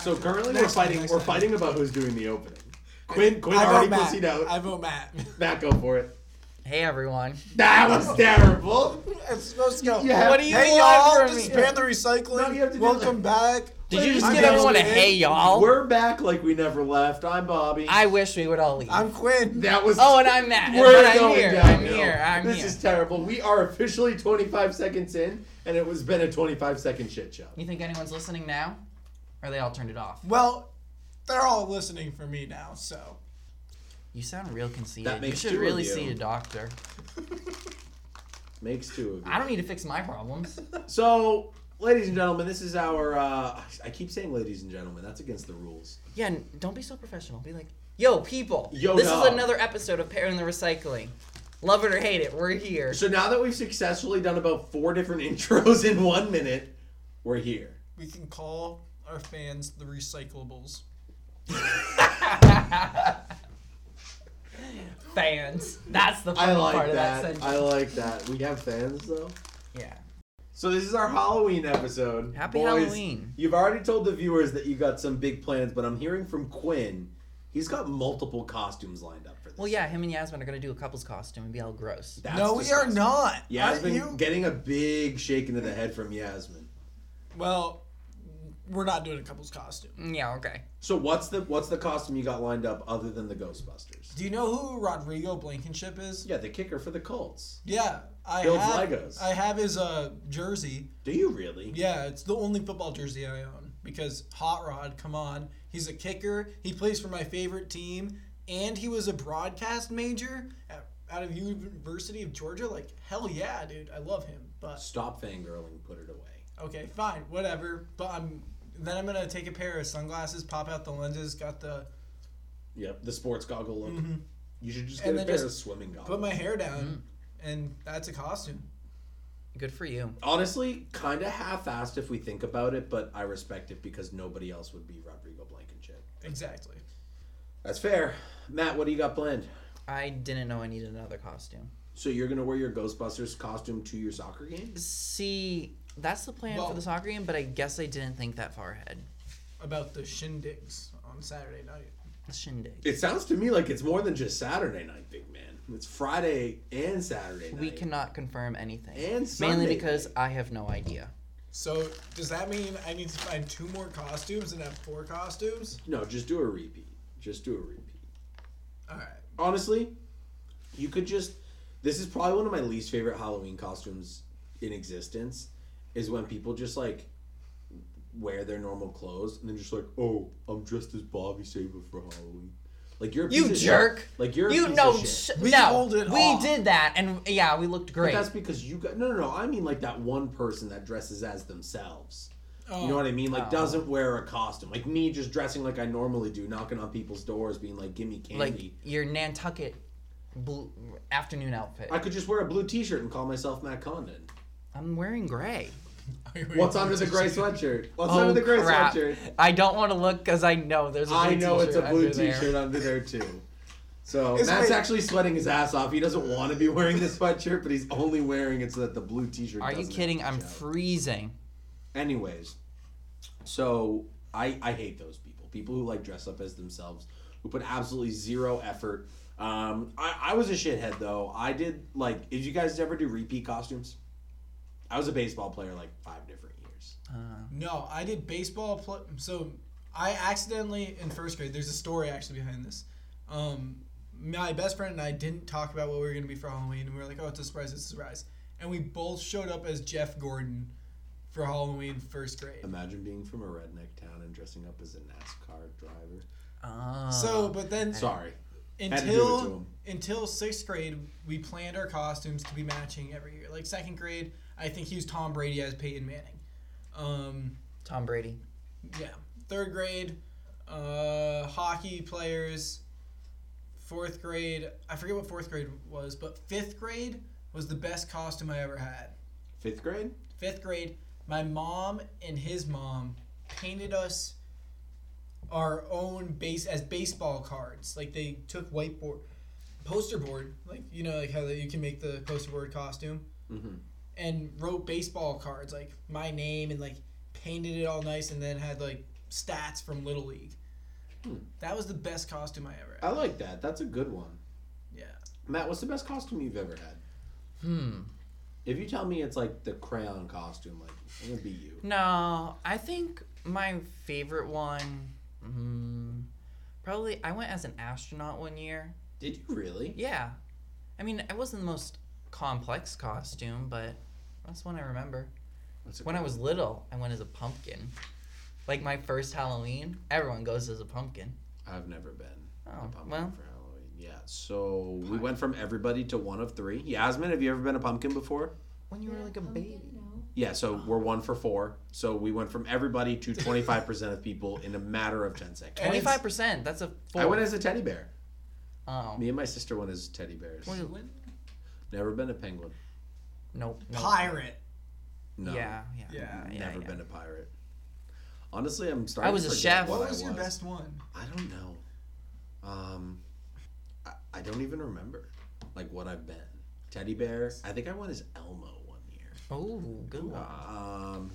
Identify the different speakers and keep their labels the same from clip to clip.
Speaker 1: So currently
Speaker 2: Next
Speaker 1: we're
Speaker 2: time,
Speaker 1: fighting.
Speaker 2: next
Speaker 1: We're
Speaker 2: time.
Speaker 1: fighting about who's doing the opening. Quinn, Quinn
Speaker 2: I
Speaker 1: already
Speaker 2: vote Matt.
Speaker 1: pussied out.
Speaker 2: I vote Matt.
Speaker 1: Matt, go for it.
Speaker 3: Hey everyone.
Speaker 1: That was terrible.
Speaker 2: it's supposed to go.
Speaker 1: Yeah.
Speaker 3: What do you
Speaker 2: Hey
Speaker 3: want
Speaker 2: y'all,
Speaker 3: from me?
Speaker 2: disband the
Speaker 1: No, you have to
Speaker 2: recycling.
Speaker 1: do
Speaker 2: Welcome back.
Speaker 3: Did you just
Speaker 2: I'm
Speaker 3: give everyone a
Speaker 2: Justin.
Speaker 3: hey y'all?
Speaker 1: We're back like we never left. I'm Bobby.
Speaker 3: I wish we would all leave.
Speaker 2: I'm Quinn.
Speaker 1: that was.
Speaker 3: oh, and I'm Matt. and
Speaker 1: We're
Speaker 3: I'm
Speaker 1: going
Speaker 3: here. I'm
Speaker 1: downhill.
Speaker 3: here. I'm
Speaker 1: this
Speaker 3: here.
Speaker 1: is terrible. We are officially 25 seconds in, and it was been a 25 second shit show.
Speaker 3: You think anyone's listening now? Or they all turned it off?
Speaker 2: Well, they're all listening for me now, so.
Speaker 3: You sound real conceited.
Speaker 1: That makes
Speaker 3: you
Speaker 1: two
Speaker 3: should
Speaker 1: of
Speaker 3: really
Speaker 1: you.
Speaker 3: see a doctor.
Speaker 1: Makes two of you.
Speaker 3: I don't need to fix my problems.
Speaker 1: So, ladies and gentlemen, this is our. Uh, I keep saying ladies and gentlemen. That's against the rules.
Speaker 3: yeah, n- don't be so professional. Be like, yo, people.
Speaker 1: Yo,
Speaker 3: this
Speaker 1: dog."
Speaker 3: is another episode of Pairing the Recycling. Love it or hate it, we're here.
Speaker 1: So now that we've successfully done about four different intros in one minute, we're here.
Speaker 2: We can call our fans the recyclables.
Speaker 3: Fans. That's the
Speaker 1: I
Speaker 3: funny part
Speaker 1: like
Speaker 3: of
Speaker 1: that.
Speaker 3: that, sentence.
Speaker 1: I like that. We have fans though.
Speaker 3: yeah.
Speaker 1: So this is our Halloween episode.
Speaker 3: Happy Halloween.
Speaker 1: You've already told the viewers that you got some big plans, but I'm hearing from Quinn. He's got multiple costumes lined up for this.
Speaker 3: Well, yeah, him and Yasmin are going to do a couple's costume and be all gross.
Speaker 1: That's
Speaker 2: no, we are
Speaker 1: disgusting.
Speaker 2: not.
Speaker 1: Yasmin
Speaker 2: Aren't you?
Speaker 1: getting a big shake into the head from Yasmin.
Speaker 2: well, we're not doing a couple's costume.
Speaker 3: Yeah, okay.
Speaker 1: So what's the what's the costume you got lined up other than the Ghostbusters?
Speaker 2: Do you know who Rodrigo Blankenship is?
Speaker 1: Yeah, the kicker for the Colts.
Speaker 2: Yeah, I
Speaker 1: Builds
Speaker 2: have.
Speaker 1: Legos.
Speaker 2: I have his uh, jersey.
Speaker 1: Do you really?
Speaker 2: Yeah, it's the only football jersey I own because Hot Rod, come on, he's a kicker. He plays for my favorite team, and he was a broadcast major at, out of University of Georgia. Like hell yeah, dude, I love him. But
Speaker 1: Stop fangirling, put it away.
Speaker 2: okay, fine, whatever. But I'm then I'm gonna take a pair of sunglasses, pop out the lenses, got the
Speaker 1: Yep, the sports goggle look. You should just get
Speaker 2: Mm-hmm. And
Speaker 1: a
Speaker 2: then
Speaker 1: pair
Speaker 2: just
Speaker 1: of swimming goggles.
Speaker 2: put my hair down, and that's a costume.
Speaker 3: Good for you.
Speaker 1: Honestly, kind of half-assed if we think about it, but I respect it because nobody else would be Rodrigo Blankenship.
Speaker 2: Exactly.
Speaker 1: That's fair. Matt, what do you got planned?
Speaker 3: I didn't know I needed another costume.
Speaker 1: So you're gonna wear your Ghostbusters costume to your soccer game?
Speaker 3: See, that's the plan
Speaker 2: Well-
Speaker 3: for the soccer game, but I guess I didn't think that far ahead.
Speaker 2: About the shindigs on Saturday night.
Speaker 3: The shindig.
Speaker 1: It sounds to me like it's more than just Saturday night, big man. It's Friday and Saturday night.
Speaker 3: We cannot confirm anything.
Speaker 1: And Sunday
Speaker 3: mainly because
Speaker 1: night.
Speaker 3: I have no idea.
Speaker 2: So does that mean I need to find two more costumes and have four costumes?
Speaker 1: No, just do a repeat. Just do a repeat.
Speaker 2: All right.
Speaker 1: Honestly, you could just. This is probably one of my least favorite Halloween costumes in existence. Is when people just like wear their normal clothes and then just like, oh, I'm dressed as Bobby Saber for Halloween. Like you're a
Speaker 3: You
Speaker 1: piece of shit.
Speaker 3: jerk.
Speaker 1: Like you're a
Speaker 3: You
Speaker 1: piece
Speaker 3: know,
Speaker 1: of shit.
Speaker 3: sh-
Speaker 2: We
Speaker 3: no,
Speaker 2: pulled it
Speaker 3: we
Speaker 2: off.
Speaker 3: did that, and yeah, we looked
Speaker 1: But
Speaker 3: great.
Speaker 1: that's because you got no, no, no. I mean, like that one person that dresses as themselves. You know what I mean? Like doesn't wear a costume. Like me, just dressing like I normally do, knocking on people's doors, being like, "Give me
Speaker 3: Like
Speaker 1: candy."
Speaker 3: your Nantucket blue afternoon outfit.
Speaker 1: I could just wear a blue T-shirt and call myself Matt Condon.
Speaker 3: I'm wearing gray.
Speaker 1: What's under the gray sweatshirt? What's
Speaker 3: Oh,
Speaker 1: under the gray
Speaker 3: crap.
Speaker 1: sweatshirt?
Speaker 3: I don't want to look because I know there's a blue
Speaker 1: I know it's a
Speaker 3: t-shirt
Speaker 1: blue
Speaker 3: under there.
Speaker 1: T-shirt under there too. So
Speaker 2: It's
Speaker 1: Matt's
Speaker 2: my-
Speaker 1: actually sweating his ass off. He doesn't want to be wearing this sweatshirt, but he's only wearing it so that the blue T-shirt.
Speaker 3: Are you
Speaker 1: doesn't
Speaker 3: kidding? I'm
Speaker 1: match up.
Speaker 3: freezing.
Speaker 1: Anyways, so I I hate those people. People who like dress up as themselves, who put absolutely zero effort. Um, I, I was a shithead though. I did like. Did you guys ever do repeat costumes? I was a baseball player like five different years.
Speaker 2: No, I did baseball. Pl- so I accidentally in first grade. There's a story actually behind this. Um, my best friend and I didn't talk about what we were gonna be for Halloween, and we were like, "Oh, it's a surprise! It's a surprise!" And we both showed up as Jeff Gordon for Halloween first grade.
Speaker 1: Imagine being from a redneck town and dressing up as a NASCAR driver.
Speaker 3: Ah.
Speaker 2: So, but then
Speaker 1: Sorry. Had to do it to
Speaker 2: until
Speaker 1: 'em.
Speaker 2: until sixth grade, we planned our costumes to be matching every year. Like second grade, I think he was Tom Brady as Peyton Manning. Um,
Speaker 3: Tom Brady.
Speaker 2: yeah. Third grade, uh, hockey players. Fourth grade, I forget what fourth grade was, but fifth grade was the best costume I ever had.
Speaker 1: Fifth grade.
Speaker 2: Fifth grade, my mom and his mom painted us our own base as baseball cards. Like they took whiteboard, poster board, like you know, like how that you can make the poster board costume,
Speaker 1: Mhm.
Speaker 2: and wrote baseball cards like my name and like painted it all nice, and then had like stats from Little League.
Speaker 1: Hmm.
Speaker 2: That was the best costume I ever
Speaker 1: I
Speaker 2: had.
Speaker 1: like that. That's a good one.
Speaker 2: Yeah.
Speaker 1: Matt, what's the best costume you've ever had?
Speaker 3: Hmm.
Speaker 1: If you tell me it's like the crayon costume, like I'm gonna beat you.
Speaker 3: No, I think my favorite one, mm, probably I went as an astronaut one year.
Speaker 1: Did you really?
Speaker 3: Yeah, I mean it wasn't the most complex costume, but that's one I remember.
Speaker 1: That's a
Speaker 3: When I was little, I went as a pumpkin. Like my first Halloween, everyone goes as a pumpkin.
Speaker 1: I've never been. a
Speaker 3: Oh,
Speaker 1: pumpkin
Speaker 3: well.
Speaker 1: for Halloween. Yeah. So we went from everybody to one of three. Yasmin, have you ever been a pumpkin before?
Speaker 3: When you were like a
Speaker 4: Pumpkin,
Speaker 3: baby.
Speaker 4: No.
Speaker 1: Yeah. So we're one for four. So we went from everybody to 25% of people in a matter of 10 seconds.
Speaker 2: And it's-
Speaker 3: Twenty-five percent. That's a four.
Speaker 1: I went as a teddy bear.
Speaker 3: oh.
Speaker 1: Me and my sister went as teddy bears.
Speaker 3: Wait,
Speaker 1: Never been a penguin.
Speaker 3: Nope. nope.
Speaker 2: Pirate.
Speaker 1: No.
Speaker 3: Yeah, yeah.
Speaker 2: Yeah,
Speaker 1: never been a pirate. Honestly, I'm starting.
Speaker 3: I was
Speaker 1: to
Speaker 3: a
Speaker 1: forget
Speaker 3: chef.
Speaker 2: What
Speaker 1: I
Speaker 2: was your best one?
Speaker 1: I don't know. Um, I, I don't even remember, like what I've been. Teddy bear. I think I went as Elmo one year.
Speaker 3: Oh, good one.
Speaker 1: Um,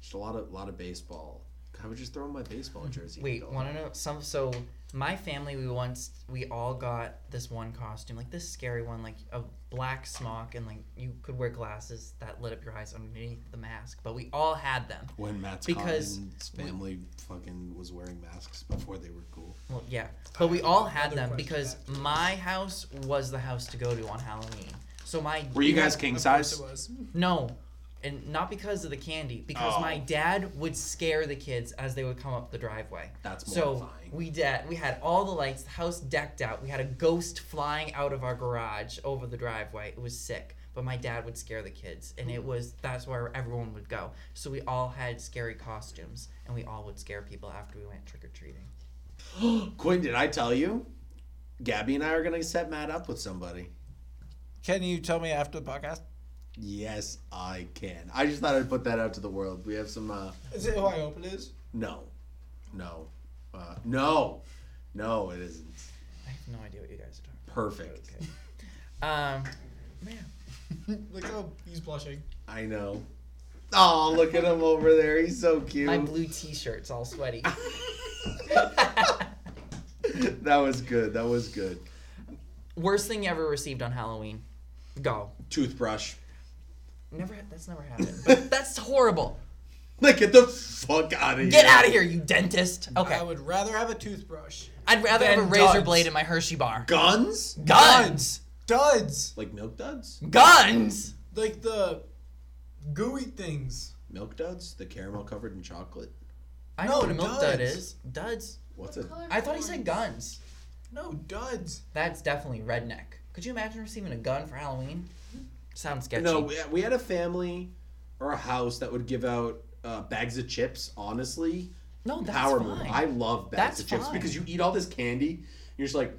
Speaker 1: just a lot of lot of baseball. I would just throw on my baseball jersey.
Speaker 3: Wait, want to know some? So my family, we once we all got this one costume, like this scary one, like a black smock, and like you could wear glasses that lit up your eyes underneath the mask. But we all had them.
Speaker 1: When Matt's
Speaker 3: Because
Speaker 1: Cotton's family fucking was wearing masks before they were cool.
Speaker 3: Well, yeah, but we all had
Speaker 2: Another
Speaker 3: them
Speaker 2: question
Speaker 3: because my house was the house to go to on Halloween. So my
Speaker 1: Were you
Speaker 3: dad-
Speaker 1: guys king
Speaker 2: Of course
Speaker 1: size?
Speaker 2: It was.
Speaker 3: No, and not because of the candy, because
Speaker 1: Oh.
Speaker 3: my dad would scare the kids as they would come up the driveway.
Speaker 1: That's
Speaker 3: So
Speaker 1: mortifying.
Speaker 3: we did. We had all the lights, the house decked out. We had a ghost flying out of our garage over the driveway. It was sick. But my dad would scare the kids, and it was that's where everyone would go. So we all had scary costumes, and we all would scare people after we went trick or treating.
Speaker 1: Quinn, did I tell you? Gabby and I are gonna set Matt up with somebody.
Speaker 2: Can you tell me after the podcast?
Speaker 1: Yes, I can. I just thought I'd put that out to the world. We have some. uh
Speaker 2: Is it who I hope it is?
Speaker 1: No, no, uh, no, no. It isn't
Speaker 3: I have no idea what you guys are
Speaker 1: perfect.
Speaker 3: Okay. talking. Um, man,
Speaker 2: Look how oh, he's blushing.
Speaker 1: I know. Oh, look at him over there. He's so cute.
Speaker 3: my blue T-shirt's all sweaty.
Speaker 1: that was good. That was good.
Speaker 3: Worst thing you ever received on Halloween? Go.
Speaker 1: Toothbrush.
Speaker 3: Never. ha- That's never happened. But that's horrible.
Speaker 1: Like, get the fuck out of here.
Speaker 3: Get out of here, you dentist. Okay.
Speaker 2: I would rather have a toothbrush.
Speaker 3: I'd rather have a
Speaker 2: Then
Speaker 3: razor
Speaker 2: duds.
Speaker 3: blade in my Hershey bar.
Speaker 1: Guns?
Speaker 3: Guns.
Speaker 2: Duds!
Speaker 1: Like milk duds?
Speaker 3: Guns.
Speaker 2: Like the gooey things.
Speaker 1: Milk duds? The caramel covered in chocolate?
Speaker 3: I know
Speaker 2: No,
Speaker 3: what a milk dud
Speaker 2: duds.
Speaker 3: is. Duds.
Speaker 1: What's it?
Speaker 4: Color
Speaker 3: I thought he said
Speaker 4: orange.
Speaker 3: guns.
Speaker 2: No, duds.
Speaker 3: That's definitely redneck. Could you imagine receiving a gun for Halloween? Sounds sketchy.
Speaker 1: No, we- we had a family or a house that would give out uh, bags of chips, honestly.
Speaker 3: No, Oh, that's
Speaker 1: power
Speaker 3: fine.
Speaker 1: move. I love bags
Speaker 3: That's
Speaker 1: of chips
Speaker 3: fine.
Speaker 1: because you eat all this candy, you're just like,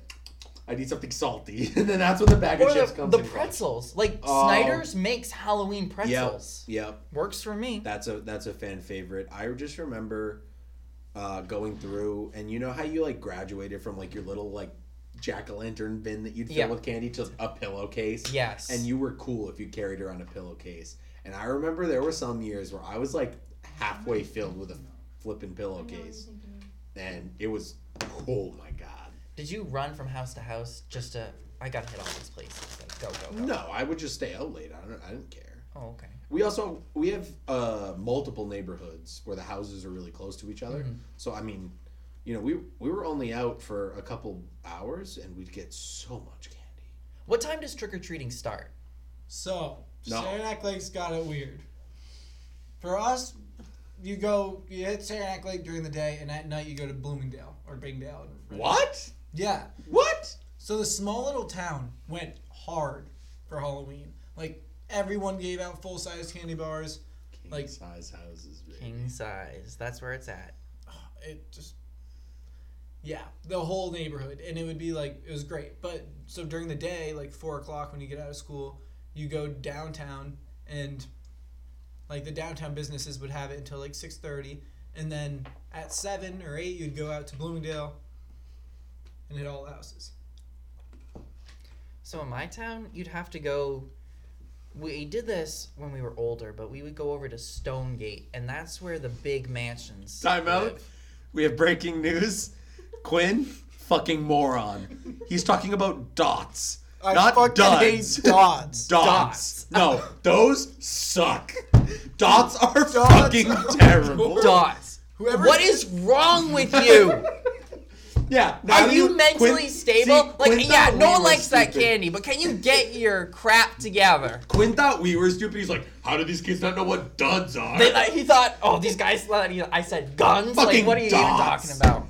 Speaker 1: I need something salty, and then that's when the bag
Speaker 3: Or
Speaker 1: of chips
Speaker 3: the,
Speaker 1: comes.
Speaker 3: the
Speaker 1: in.
Speaker 3: pretzels. Like
Speaker 1: Oh.
Speaker 3: Snyder's makes Halloween
Speaker 1: Yep,
Speaker 3: pretzels.
Speaker 1: yep.
Speaker 3: Works for me.
Speaker 1: That's a that's a fan favorite. I just remember uh, going through, and you know how you like graduated from like your little like jack o' lantern bin that you'd fill
Speaker 3: Yeah.
Speaker 1: with candy to a pillowcase.
Speaker 3: Yes.
Speaker 1: And you were cool if you carried around a pillowcase. And I remember there were some years where I was like halfway filled with a flipping
Speaker 4: I know what you're
Speaker 1: pillowcase,
Speaker 4: thinking of.
Speaker 1: and it was oh my god.
Speaker 3: Did you run from house to house just to? I gotta hit all these places. Like, go go go.
Speaker 1: No, I would just stay out late. I don't. I didn't care.
Speaker 3: Oh okay.
Speaker 1: We also we have uh, multiple neighborhoods where the houses are really close to each other. So I mean, you know, we we were only out for a couple hours and we'd get so much candy.
Speaker 3: What time does trick or treating start?
Speaker 2: So,
Speaker 1: No.
Speaker 2: Saranac Lake's got it weird. For us, you go, you hit Saranac Lake during the day, and at night you go to Bloomingdale or Bingdale.
Speaker 1: What?
Speaker 2: Yeah.
Speaker 1: What?
Speaker 2: So the small little town went hard for Halloween. Like, everyone gave out full size candy bars.
Speaker 1: King
Speaker 2: Like-
Speaker 1: size houses. baby.
Speaker 3: King size. That's where it's at.
Speaker 2: it just yeah the whole neighborhood and it would be like it was great but so during the day like four o'clock when you get out of school you go downtown and like the downtown businesses would have it until like 6.30 and then at seven or eight you'd go out to Bloomingdale and hit all the houses.
Speaker 3: So in my town, you'd have to go. We did this when we were older, but we would go over to Stonegate, and that's where the big mansions.
Speaker 1: Time out.
Speaker 3: live.
Speaker 1: We have breaking news. Quinn, fucking moron. He's talking about dots.
Speaker 2: I
Speaker 1: not
Speaker 2: fucking
Speaker 1: duds.
Speaker 2: hate dots.
Speaker 1: dots. No, those suck. Dots are fucking
Speaker 2: are
Speaker 1: terrible.
Speaker 3: Dots.
Speaker 2: Whoever-
Speaker 3: What is wrong with you?
Speaker 1: Yeah. now
Speaker 3: Are you
Speaker 1: Quinn-
Speaker 3: mentally stable?
Speaker 1: see,
Speaker 3: like,
Speaker 1: Quinn
Speaker 3: yeah,
Speaker 1: thought
Speaker 3: no
Speaker 1: we
Speaker 3: one
Speaker 1: were
Speaker 3: likes that
Speaker 1: stupid.
Speaker 3: candy, but can you get your crap together?
Speaker 1: Quinn thought we were stupid. He's like, how do these kids not know what duds are?
Speaker 3: They, like, he thought, oh, these guys. thought he- I said guns.
Speaker 1: Fucking
Speaker 3: like, what are you
Speaker 1: dots.
Speaker 3: even talking
Speaker 2: I
Speaker 3: about?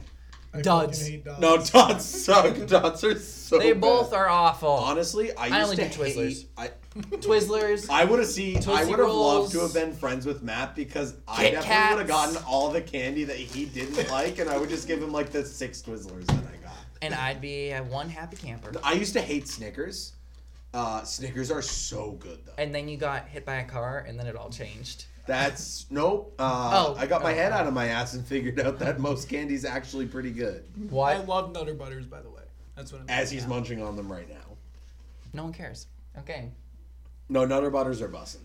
Speaker 3: Duds.
Speaker 2: fucking hate dots.
Speaker 1: no, dots suck. dots are so.
Speaker 3: They
Speaker 1: bad.
Speaker 3: both are awful.
Speaker 1: Honestly, I used
Speaker 3: only
Speaker 1: to
Speaker 3: do Twizzlers.
Speaker 1: hate. I,
Speaker 3: Twizzlers.
Speaker 1: I would have seen. I
Speaker 3: Tootsie
Speaker 1: would have loved
Speaker 3: Rolls.
Speaker 1: to have been friends with Matt because I
Speaker 3: Kit
Speaker 1: definitely would have
Speaker 3: Kats.
Speaker 1: gotten all the candy that he didn't like, and I would just give him like the six Twizzlers that I got.
Speaker 3: and I'd be a one happy camper.
Speaker 1: I used to hate Snickers. Uh, Snickers are so good though.
Speaker 3: And then you got hit by a car, and then it all changed.
Speaker 1: That's nope. Uh,
Speaker 3: Oh.
Speaker 1: I got my head out of my ass and figured out that most candy's actually pretty good.
Speaker 2: I
Speaker 1: Um,
Speaker 3: What?
Speaker 2: love Nutter Butters, by the way. That's what I'm
Speaker 1: As he's munching on them right now.
Speaker 3: No one cares. Okay.
Speaker 1: No, Nutter Butters are bussin'.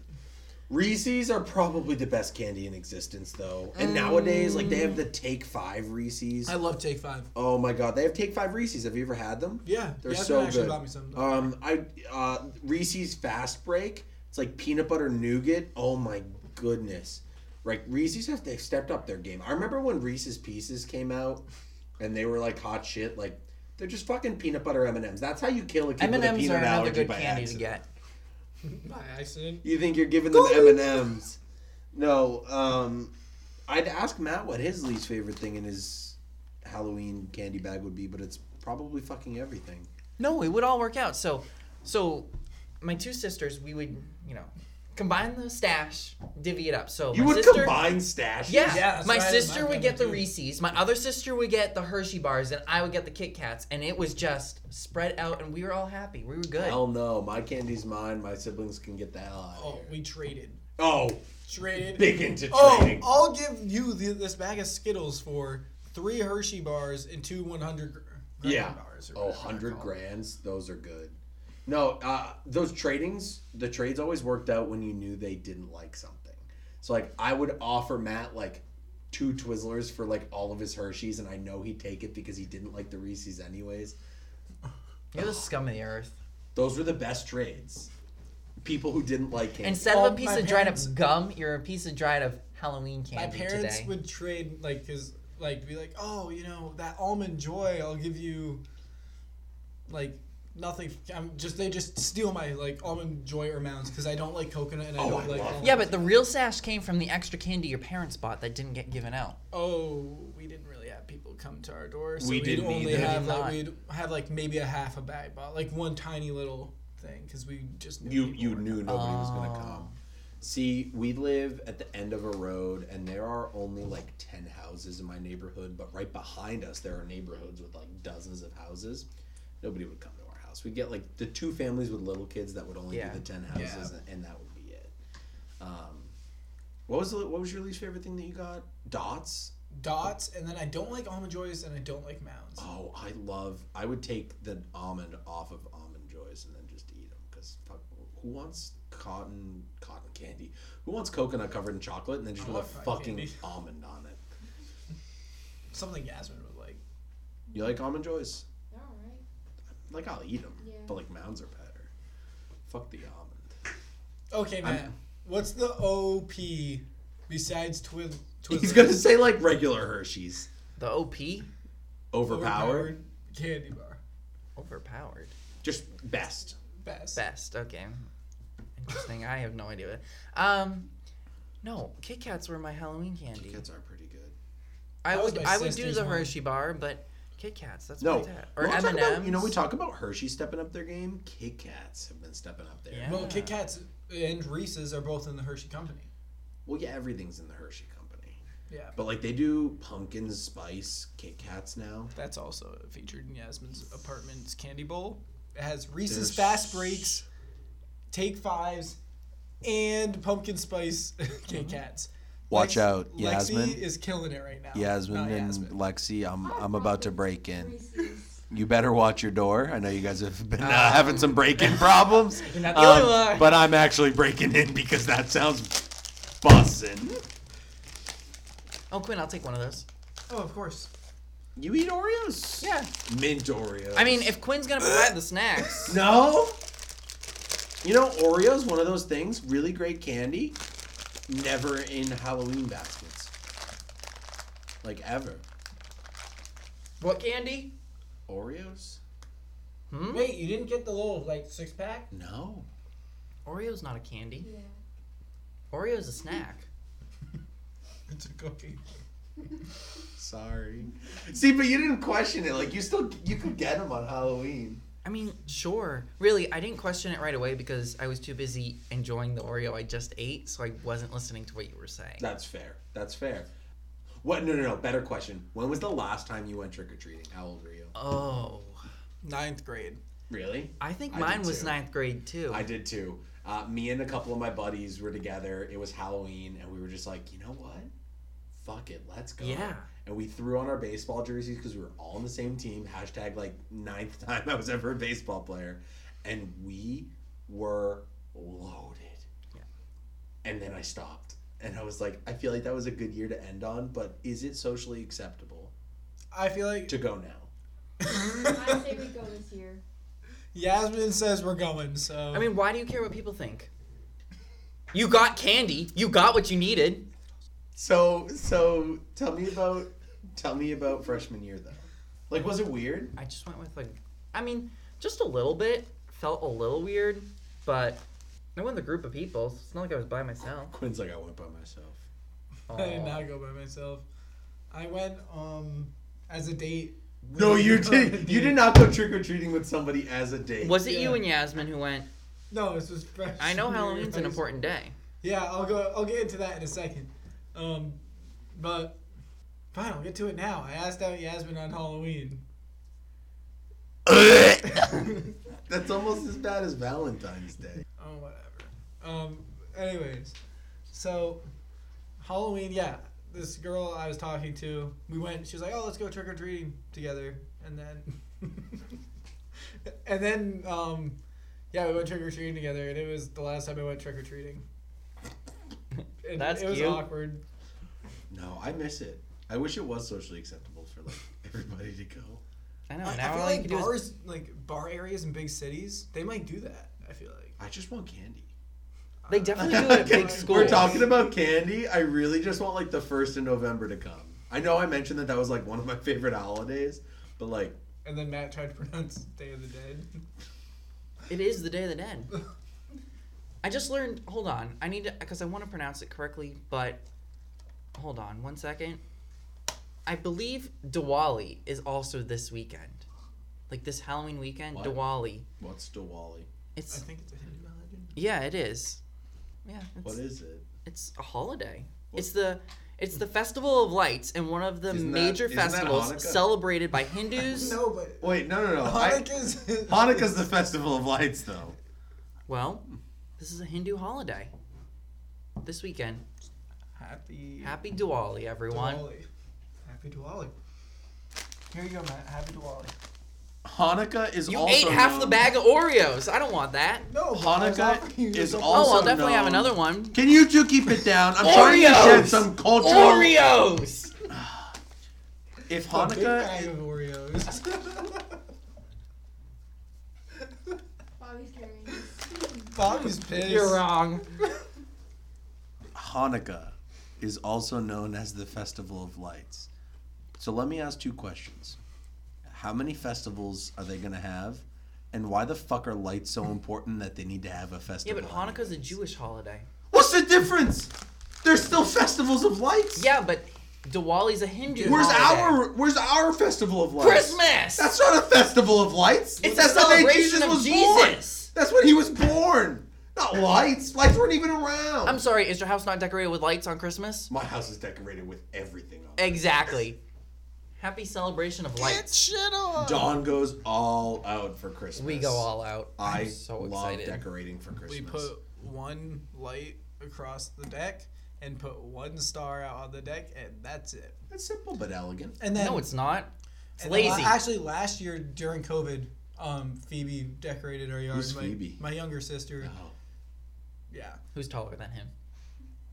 Speaker 1: Reese's are probably the best candy in existence though. And nowadays, like they have the Take Five Reese's.
Speaker 2: I love Take Five.
Speaker 1: Oh my god, they have Take Five Reese's. Have you ever had them?
Speaker 2: Yeah,
Speaker 1: They're
Speaker 2: Yasmin
Speaker 1: so
Speaker 2: actually
Speaker 1: good.
Speaker 2: bought me some.
Speaker 1: Um, I uh, Reese's Fast Break. It's like peanut butter nougat. Oh my goodness! Like Reese's have they stepped up their game. I remember when Reese's Pieces came out, and they were like hot shit. Like they're just fucking peanut butter M and M's. That's how you kill a kid
Speaker 3: M
Speaker 1: with
Speaker 3: and
Speaker 1: a
Speaker 3: M's are
Speaker 1: peanut
Speaker 3: another
Speaker 1: allergy
Speaker 3: good
Speaker 1: by
Speaker 3: candy to
Speaker 1: accident.
Speaker 3: get.
Speaker 2: By accident.
Speaker 1: You think you're giving them M and M's? No. Um, I'd ask Matt what his least favorite thing in his Halloween candy bag would be, but it's probably fucking everything.
Speaker 3: No, it would all work out. So, so my two sisters, we would, you know, combine the stash, divvy it up. So
Speaker 1: You
Speaker 3: my
Speaker 1: would
Speaker 3: sister,
Speaker 1: combine stashes.
Speaker 3: Yeah,
Speaker 2: Yeah, that's
Speaker 3: my
Speaker 2: what I had in
Speaker 3: sister
Speaker 2: my
Speaker 3: would get the
Speaker 2: family, too.
Speaker 3: Reese's, my other sister would get the Hershey bars, and I would get the Kit Kats, and it was just spread out, and we were all happy. We were good.
Speaker 1: Hell no, my candy's mine. My siblings can get the hell out.
Speaker 2: Oh,
Speaker 1: of here.
Speaker 2: we traded.
Speaker 1: oh
Speaker 2: Traded.
Speaker 1: big into
Speaker 2: Oh,
Speaker 1: trading.
Speaker 2: I'll give you the, this bag of Skittles for three Hershey bars and two 100 gr- gram
Speaker 1: yeah.
Speaker 2: bars. or
Speaker 1: Oh,
Speaker 2: whatever they're
Speaker 1: 100
Speaker 2: called.
Speaker 1: grands. Those are good. No, uh, those tradings, the trades always worked out when you knew they didn't like something. So, like, I would offer Matt, like, two Twizzlers for, like, all of his Hershey's, and I know he'd take it because he didn't like the Reese's anyways.
Speaker 3: You're the scum of the earth.
Speaker 1: Those were the best trades. People who didn't like candy.
Speaker 3: Instead
Speaker 2: Well,
Speaker 3: of a piece
Speaker 2: my
Speaker 3: of dried
Speaker 2: parents-
Speaker 3: up gum, you're a piece of dried up Halloween
Speaker 2: My
Speaker 3: candy
Speaker 2: parents
Speaker 3: today.
Speaker 2: would trade, like, because, like, be like, oh, you know, that almond joy, I'll give you, like, nothing. I'm just, they just steal my, like, almond joy or mounds because I don't like coconut and I
Speaker 1: Oh,
Speaker 2: don't
Speaker 1: I
Speaker 2: like
Speaker 1: love
Speaker 2: almond.
Speaker 3: Yeah, but the real sash came from the extra candy your parents bought that didn't get given out.
Speaker 2: Oh, we didn't really have people come to our door. So
Speaker 1: We
Speaker 2: we would
Speaker 1: didn't
Speaker 2: only
Speaker 1: either.
Speaker 2: have
Speaker 3: We did
Speaker 2: like
Speaker 3: not.
Speaker 2: we'd have like maybe a half a bag, but like one tiny little thing because we just knew
Speaker 1: You
Speaker 2: people
Speaker 1: you
Speaker 2: were-
Speaker 1: knew nobody was gonna come. See, we live at the end of a road, and there are only like ten houses in my neighborhood. But right behind us, there are neighborhoods with like dozens of houses. Nobody would come to our house. We'd get like the two families with little kids that would only
Speaker 3: Yeah.
Speaker 1: do the ten houses, and that would be it. Um, what was the, what was your least favorite thing that you got? Dots.
Speaker 2: dots, and then I don't like almond joys and I don't like mounds.
Speaker 1: Oh, I love. I would take the almond off of almond joys and then just eat them because fuck, who wants cotton cotton candy? Who wants coconut covered in chocolate and then just
Speaker 2: I
Speaker 1: put a
Speaker 2: love cotton
Speaker 1: fucking
Speaker 2: candy.
Speaker 1: almond on it?
Speaker 2: Something Yasmin would like.
Speaker 1: You like almond joys?
Speaker 5: They're alright.
Speaker 1: Like I'll eat them,
Speaker 5: Yeah.
Speaker 1: but like mounds are better. Fuck the almond.
Speaker 2: Okay,
Speaker 1: I'm-
Speaker 2: Matt, what's the OP besides twi- Twizzlers?
Speaker 1: He's gonna say like regular Hershey's
Speaker 3: The OP
Speaker 1: overpowered,
Speaker 2: candy bar.
Speaker 3: overpowered.
Speaker 1: just best.
Speaker 2: Best.
Speaker 3: Best. Okay. Interesting. I have no idea. Um, no, Kit Kats were my Halloween candy.
Speaker 1: Kids are pretty good.
Speaker 3: I
Speaker 2: That was
Speaker 3: would
Speaker 2: my
Speaker 3: I would do
Speaker 2: sister's
Speaker 3: the
Speaker 2: one.
Speaker 3: Hershey bar, but Kit Kats. That's
Speaker 1: No,
Speaker 3: what I did. Or
Speaker 1: Well, I'll
Speaker 3: M
Speaker 1: talk
Speaker 3: and
Speaker 1: about-
Speaker 3: M's.
Speaker 1: You know, we talk about Hershey stepping up their game. Kit Kats have been stepping up their
Speaker 3: Yeah.
Speaker 2: Well, Kit Kats and Reese's are both in the Hershey company.
Speaker 1: Well, yeah, everything's in the Hershey company.
Speaker 2: Yeah.
Speaker 1: But like they do pumpkin spice Kit Kats now.
Speaker 2: That's also featured in Yasmin's apartment's candy bowl. It has Reese's
Speaker 1: There's-
Speaker 2: Fast Breaks, Take Fives, and pumpkin spice Kit Kats. Lex-
Speaker 6: Watch out, Yasmin.
Speaker 2: Lexi is killing it right now.
Speaker 6: Yasmin
Speaker 3: Oh,
Speaker 2: Not
Speaker 6: and
Speaker 2: Yasmin.
Speaker 6: Lexi, I'm I'm about to break in.
Speaker 5: Reese's.
Speaker 6: You better watch your door. I know you guys have been uh, having some break-in problems,
Speaker 3: You're not the
Speaker 6: Um,
Speaker 3: only one.
Speaker 6: but I'm actually breaking in because that sounds bussin'.
Speaker 3: Oh, Quinn, I'll take one of those.
Speaker 2: Oh, of course.
Speaker 1: You eat Oreos?
Speaker 3: Yeah.
Speaker 1: Mint Oreos.
Speaker 3: I mean, if Quinn's gonna provide the snacks,
Speaker 1: No. You know, Oreos, one of those things, really great candy, never in Halloween baskets. Like ever.
Speaker 3: what candy?
Speaker 1: Oreos?
Speaker 3: Hmm?
Speaker 7: Wait, you didn't get the little like six pack?
Speaker 1: No.
Speaker 3: Oreo's not a candy.
Speaker 5: Yeah.
Speaker 3: Oreo's a snack.
Speaker 2: It's a cookie.
Speaker 1: Sorry. See, but you didn't question it. Like you still you could get them on Halloween.
Speaker 3: I mean, sure. Really, I didn't question it right away because I was too busy enjoying the Oreo I just ate, so I wasn't listening to what you were saying.
Speaker 1: That's fair. That's fair. What? No, no, no. Better question. When was the last time you went trick or treating? How old were you?
Speaker 3: Oh,
Speaker 2: Ninth grade.
Speaker 1: Really?
Speaker 3: I think
Speaker 1: I
Speaker 3: mine
Speaker 1: did
Speaker 3: was
Speaker 1: too.
Speaker 3: ninth grade too.
Speaker 1: I did too. Uh, me and a couple of my buddies were together. It was Halloween, and we were just like, you know what? Fuck it, let's go.
Speaker 3: Yeah.
Speaker 1: And we threw on our baseball jerseys because we were all on the same team. Hashtag like ninth time I was ever a baseball player, and we were loaded.
Speaker 3: Yeah.
Speaker 1: And then I stopped, and I was like, I feel like that was a good year to end on, but is it socially acceptable
Speaker 2: I feel like
Speaker 1: to go now?
Speaker 5: I say we go this year.
Speaker 2: Yasmin says we're going, so
Speaker 3: I mean, why do you care what people think? You got candy. You got what you needed.
Speaker 1: So so tell me about tell me about freshman year though. Like was it weird?
Speaker 3: I just went with like, I mean, just a little bit. Felt a little weird, but I went with a group of people. So it's not like I was by myself.
Speaker 1: Quinn's like I went by myself.
Speaker 2: I did
Speaker 3: Aw.
Speaker 2: not go by myself. I went um as a date. with-
Speaker 1: No, you did. You did not go trick or treating with somebody as a date.
Speaker 3: Was it you
Speaker 2: Yeah.
Speaker 3: and Yasmin who went?
Speaker 2: No, this was fresh.
Speaker 3: I know Halloween's an important day.
Speaker 2: Yeah, I'll go. I'll get into that in a second. Um, but fine, I'll get to it now. I asked out Yasmin on Halloween.
Speaker 1: That's almost as bad as Valentine's Day.
Speaker 2: Oh, whatever. Um, anyways, so Halloween, yeah. This girl I was talking to, we went. She was like, "Oh, let's go trick or treating together," and then, and then, um, yeah, we went trick or treating together, and it was the last time I went trick or treating. And
Speaker 3: That's
Speaker 2: it was
Speaker 3: cute.
Speaker 2: awkward.
Speaker 1: No, I miss it. I wish it was socially acceptable for like everybody to go.
Speaker 3: I know.
Speaker 2: I, I
Speaker 3: Now
Speaker 2: feel
Speaker 3: all you
Speaker 2: like
Speaker 3: can do is
Speaker 2: bars, like bar areas in big cities, they might do that. I feel like
Speaker 1: I just want candy.
Speaker 3: They definitely do it at big schools.
Speaker 1: We're talking about candy. I really just want like the first of November to come. I know I mentioned that that was like one of my favorite holidays, but like
Speaker 2: And then Matt tried to pronounce Day of the Dead.
Speaker 3: It is the day of the dead. I just learned. Hold on. I need to because I want to pronounce it correctly, but hold on one second. I believe Diwali is also this weekend, like this Halloween weekend.
Speaker 1: What?
Speaker 3: Diwali.
Speaker 1: what's Diwali?
Speaker 2: I
Speaker 3: It's
Speaker 2: think it's a Hindu legend.
Speaker 3: yeah, it is. Yeah, it's,
Speaker 1: What is it?
Speaker 3: it's a holiday. It's the it's the festival of lights and one of the
Speaker 1: Isn't that-
Speaker 3: major
Speaker 1: isn't that Hanukkah?
Speaker 3: festivals celebrated by Hindus.
Speaker 2: No, but
Speaker 1: Wait, no, no, no. I,
Speaker 2: Hanukkah's
Speaker 1: Hanukkah's the festival of lights, though.
Speaker 3: Well, this is a Hindu holiday. This weekend.
Speaker 2: happy
Speaker 3: Happy Diwali, everyone.
Speaker 2: Diwali. Happy Diwali. Here you go, Matt. Happy Diwali.
Speaker 1: Hanukkah is
Speaker 3: You
Speaker 1: also
Speaker 3: ate half
Speaker 1: known-
Speaker 3: the bag of Oreos. I don't want that.
Speaker 2: No, but I was
Speaker 1: Hanukkah
Speaker 2: offering you
Speaker 1: is
Speaker 2: some-
Speaker 1: also
Speaker 3: oh, I'll definitely
Speaker 1: known-
Speaker 3: have another one.
Speaker 1: Can you two keep it down? I'm trying to shed some cultural.
Speaker 3: Oreos.
Speaker 1: If
Speaker 2: A big bag
Speaker 1: Hanukkah,
Speaker 2: of Oreos.
Speaker 5: Bobby's carrying this.
Speaker 2: Bob is pissed.
Speaker 3: You're wrong.
Speaker 6: Hanukkah is also known as the Festival of Lights. So let me ask two questions. How many festivals are they going to have? And why the fuck are lights so important that they need to have a
Speaker 3: Yeah,
Speaker 6: festival?
Speaker 3: but Hanukkah's a Jewish holiday.
Speaker 6: What's the difference? There's still festivals of lights.
Speaker 3: Yeah, but Diwali's a Hindu
Speaker 6: Where's
Speaker 3: holiday.
Speaker 6: our Where's our festival of lights?
Speaker 3: Christmas?
Speaker 6: That's not a festival of lights.
Speaker 3: it's
Speaker 6: That's
Speaker 3: a
Speaker 6: the day
Speaker 3: celebration of
Speaker 6: born.
Speaker 3: Jesus.
Speaker 6: That's when he was born. Not lights. Lights weren't even around.
Speaker 3: I'm sorry, is your house not decorated with lights on Christmas?
Speaker 1: my house is decorated with everything on. it.
Speaker 3: Exactly. Happy celebration of lights.
Speaker 2: shit on.
Speaker 1: Dawn goes all out for Christmas.
Speaker 3: We go all out.
Speaker 1: I
Speaker 3: I'm so
Speaker 1: love
Speaker 3: excited.
Speaker 1: decorating for
Speaker 2: We
Speaker 1: Christmas.
Speaker 2: put one light across the deck, and put one star out on the deck, and that's it.
Speaker 1: It's simple but elegant.
Speaker 2: And then
Speaker 3: no, it's not. It's
Speaker 2: and
Speaker 3: lazy.
Speaker 2: la- actually, last year during COVID, um, Phoebe decorated our yard.
Speaker 1: Who's
Speaker 2: my,
Speaker 1: Phoebe?
Speaker 2: my younger sister.
Speaker 1: Oh,
Speaker 2: Yeah,
Speaker 3: Who's taller than him?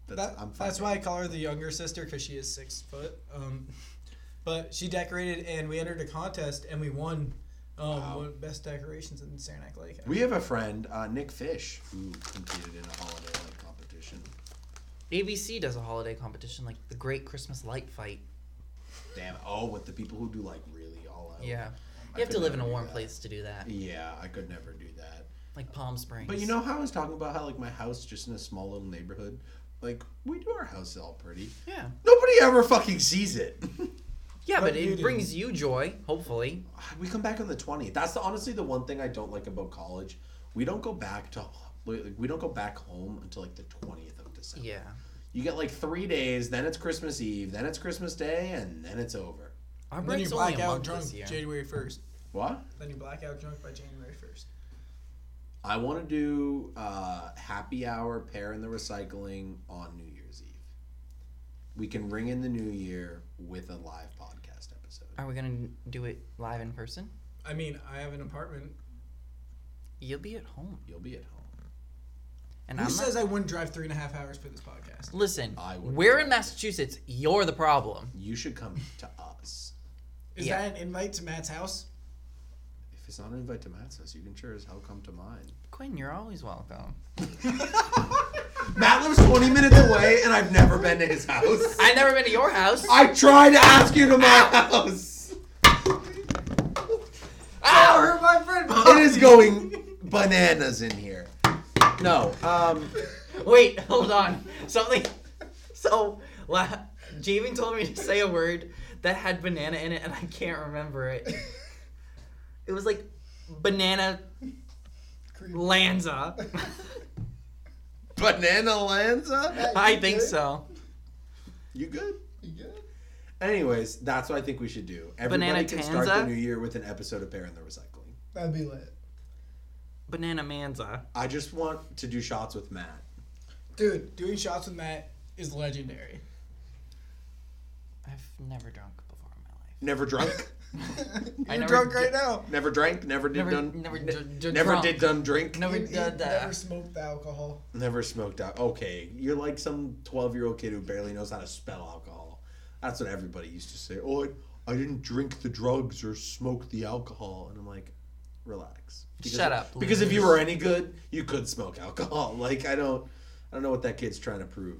Speaker 1: that's,
Speaker 2: that,
Speaker 1: I'm
Speaker 2: that's
Speaker 1: fine.
Speaker 2: why I call her the younger sister because she is six foot. Um, but she decorated, and we entered a contest, and we won. Um,
Speaker 1: Wow.
Speaker 2: one of the best decorations in Saranac Lake.
Speaker 1: We have a friend, uh, Nick Fish, who competed in a holiday light competition.
Speaker 3: ABC does a holiday competition like the Great Christmas Light Fight.
Speaker 1: Damn. Oh, with the people who do like really all out.
Speaker 3: Yeah.
Speaker 1: I
Speaker 3: You have to
Speaker 1: could
Speaker 3: live in a
Speaker 1: never do
Speaker 3: warm
Speaker 1: that.
Speaker 3: place to do that,
Speaker 1: Yeah, I could never do that.
Speaker 3: like Palm Springs.
Speaker 1: But you know how I was talking about how like my house just in a small little neighborhood, like we do our house all pretty.
Speaker 3: Yeah.
Speaker 1: Nobody ever fucking sees it.
Speaker 3: Yeah,
Speaker 2: But
Speaker 3: but
Speaker 2: you
Speaker 3: it
Speaker 2: do.
Speaker 3: brings you joy, hopefully.
Speaker 1: we come back on the 20th. That's the, honestly the one thing I don't like about college. We don't go back to like, we don't go back home until like the 20th of December.
Speaker 3: Yeah.
Speaker 1: You get like 3 days, then it's Christmas Eve, then it's Christmas Day and then it's over.
Speaker 3: Our
Speaker 2: And then you
Speaker 3: break's only
Speaker 2: black
Speaker 3: a
Speaker 2: out
Speaker 3: month
Speaker 2: drunk
Speaker 3: this year.
Speaker 2: January first.
Speaker 1: What?
Speaker 2: Then you black out drunk by January first.
Speaker 1: I want to do uh, happy hour pair in the recycling on New Year's Eve. We can ring in the new year with a live podcast episode.
Speaker 3: Are we gonna do it live in person?
Speaker 2: I mean, I have an apartment.
Speaker 3: You'll be at home,
Speaker 1: You'll be at home.
Speaker 3: and
Speaker 2: Who
Speaker 3: I'm
Speaker 2: says
Speaker 3: not...
Speaker 2: I wouldn't drive three and a half hours for this podcast?
Speaker 3: Listen,
Speaker 1: I would
Speaker 3: we're
Speaker 1: do
Speaker 3: in Massachusetts. You're the problem.
Speaker 1: You should come to us.
Speaker 2: Is
Speaker 3: Yeah.
Speaker 2: that an invite to Matt's house?
Speaker 1: If it's not an invite to Matt's house, you can sure as hell come to mine.
Speaker 3: Quinn, you're always welcome.
Speaker 1: Matt lives 20 minutes away, and I've never been to his house.
Speaker 3: I've never been to your house.
Speaker 1: I tried to ask you to my house.
Speaker 3: Ah!
Speaker 2: I hurt my friend.
Speaker 1: It is going bananas in here. No, um,
Speaker 3: Wait, hold on. Something. So, la- Javen told me to say a word that had banana in it, and I can't remember it. It was like banana lanza.
Speaker 1: banana lanza.
Speaker 3: I think so.
Speaker 1: You good?
Speaker 8: You good?
Speaker 1: Anyways, that's what I think we should do. Everybody
Speaker 3: Banana
Speaker 1: can start the
Speaker 3: Tanza?
Speaker 1: new year with an episode of Bear in the Recycling.
Speaker 8: That'd be lit.
Speaker 3: Banana manza.
Speaker 1: I just want to do shots with Matt.
Speaker 2: Dude, doing shots with Matt is legendary.
Speaker 3: I've never drunk before in my life.
Speaker 1: Never drunk.
Speaker 3: I
Speaker 2: You're
Speaker 3: never
Speaker 2: drunk
Speaker 3: di-
Speaker 2: right now.
Speaker 1: never drank. Never did
Speaker 3: Never,
Speaker 1: done.
Speaker 3: never, d- d-
Speaker 1: Never
Speaker 3: drunk.
Speaker 1: did done drink.
Speaker 3: Never
Speaker 8: You- you
Speaker 3: did
Speaker 8: Never
Speaker 3: that.
Speaker 8: smoked alcohol.
Speaker 1: Never smoked out. Okay, you're like some 12 year old kid who barely knows how to spell alcohol. That's what everybody used to say. Oh, I, I didn't drink the drugs or smoke the alcohol. And I'm like, relax.
Speaker 3: Shut up,
Speaker 1: Because if you
Speaker 3: losers.
Speaker 1: were any good, you could smoke alcohol. Like I don't, I don't know what that kid's trying to prove.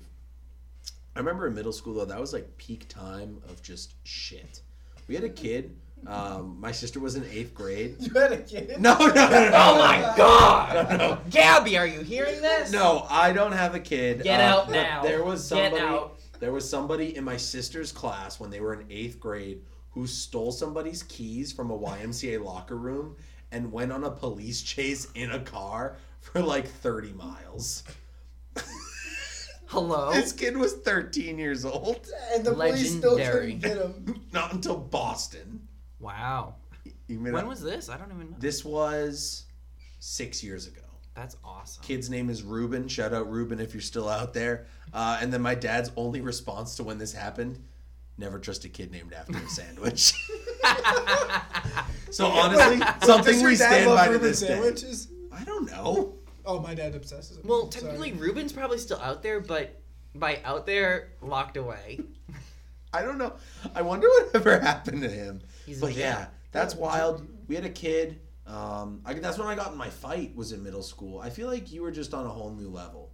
Speaker 1: I remember in middle school though, that was like peak time of just shit. We had a kid. Um, my sister was in eighth grade.
Speaker 8: You had a kid?
Speaker 1: No, no, no, no.
Speaker 3: Oh my god! Gabby, are you hearing this?
Speaker 1: No, I don't have a kid. Um,
Speaker 3: Get out
Speaker 1: but
Speaker 3: now.
Speaker 1: There was
Speaker 3: Get
Speaker 1: somebody.
Speaker 3: out.
Speaker 1: There was somebody in my sister's class when they were in eighth grade who stole somebody's keys from a YMCA locker room and went on a police chase in a car for like 30 miles.
Speaker 3: Hello?
Speaker 1: This kid was 13 years old.
Speaker 8: And the police still
Speaker 3: Legendary.
Speaker 8: couldn't get him.
Speaker 1: Not until Boston.
Speaker 3: Wow.
Speaker 1: You mean-
Speaker 3: When was this? I don't even know.
Speaker 1: this was six years ago.
Speaker 3: That's awesome.
Speaker 1: kid's name is Ruben. Shout out Ruben if you're still out there. Uh, and then my dad's only response to when this happened: never trust a kid named after a sandwich. so honestly, something
Speaker 2: Does your
Speaker 1: we
Speaker 2: dad
Speaker 1: stand
Speaker 2: love
Speaker 1: by to
Speaker 2: Reuben
Speaker 1: this day.
Speaker 2: sandwiches?
Speaker 1: I don't know.
Speaker 2: Oh, my dad obsesses. with
Speaker 3: Well,
Speaker 2: them. Sorry.
Speaker 3: technically, Ruben's probably still out there, but by out there, locked away.
Speaker 1: I don't know. I wonder whatever happened to him.
Speaker 3: He's in
Speaker 1: but
Speaker 3: jail.
Speaker 1: yeah, that's wild. We had a kid. Um, I, that's when I got in my fight. Was in middle school. I feel like you were just on a whole new level,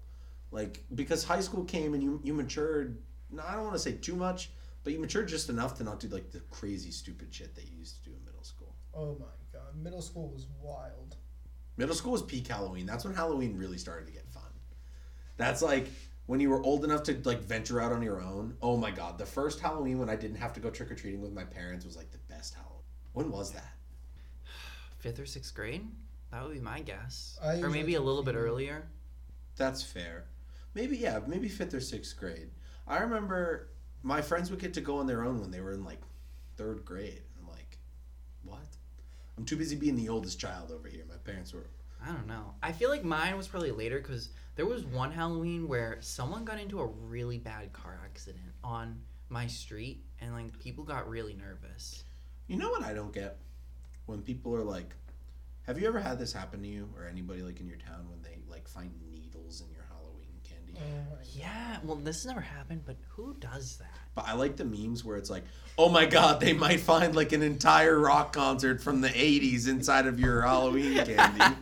Speaker 1: like because high school came and you you matured. No, I don't want to say too much, but you matured just enough to not do like the crazy stupid shit that you used to do in middle school.
Speaker 8: Oh my god. Middle school was wild.
Speaker 1: Middle school was peak Halloween. That's when Halloween really started to get fun. That's like when you were old enough to like venture out on your own. Oh my god, the first Halloween when I didn't have to go trick or treating with my parents was like the best Halloween. When was that?
Speaker 3: Fifth or sixth grade? That would be my guess.
Speaker 8: I
Speaker 3: or
Speaker 8: usually
Speaker 3: maybe a little bit
Speaker 8: think-
Speaker 3: earlier.
Speaker 1: That's fair. Maybe yeah, maybe 5th or 6th grade. I remember my friends would get to go on their own when they were in like 3rd grade. I'm like, "What? I'm too busy being the oldest child over here. My parents were
Speaker 3: I don't know. I feel like mine was probably later because there was one Halloween where someone got into a really bad car accident on my street, and like people got really nervous.
Speaker 1: You know what I don't get? When people are like, have you ever had this happen to you or anybody like in your town when they like find needles in your Halloween candy?
Speaker 8: Oh
Speaker 2: Mm.
Speaker 8: my
Speaker 3: Yeah, well, this never happened, but who does that?
Speaker 1: But I like the memes where it's like, oh my god, they might find like an entire rock concert from the 80s inside of your Halloween candy.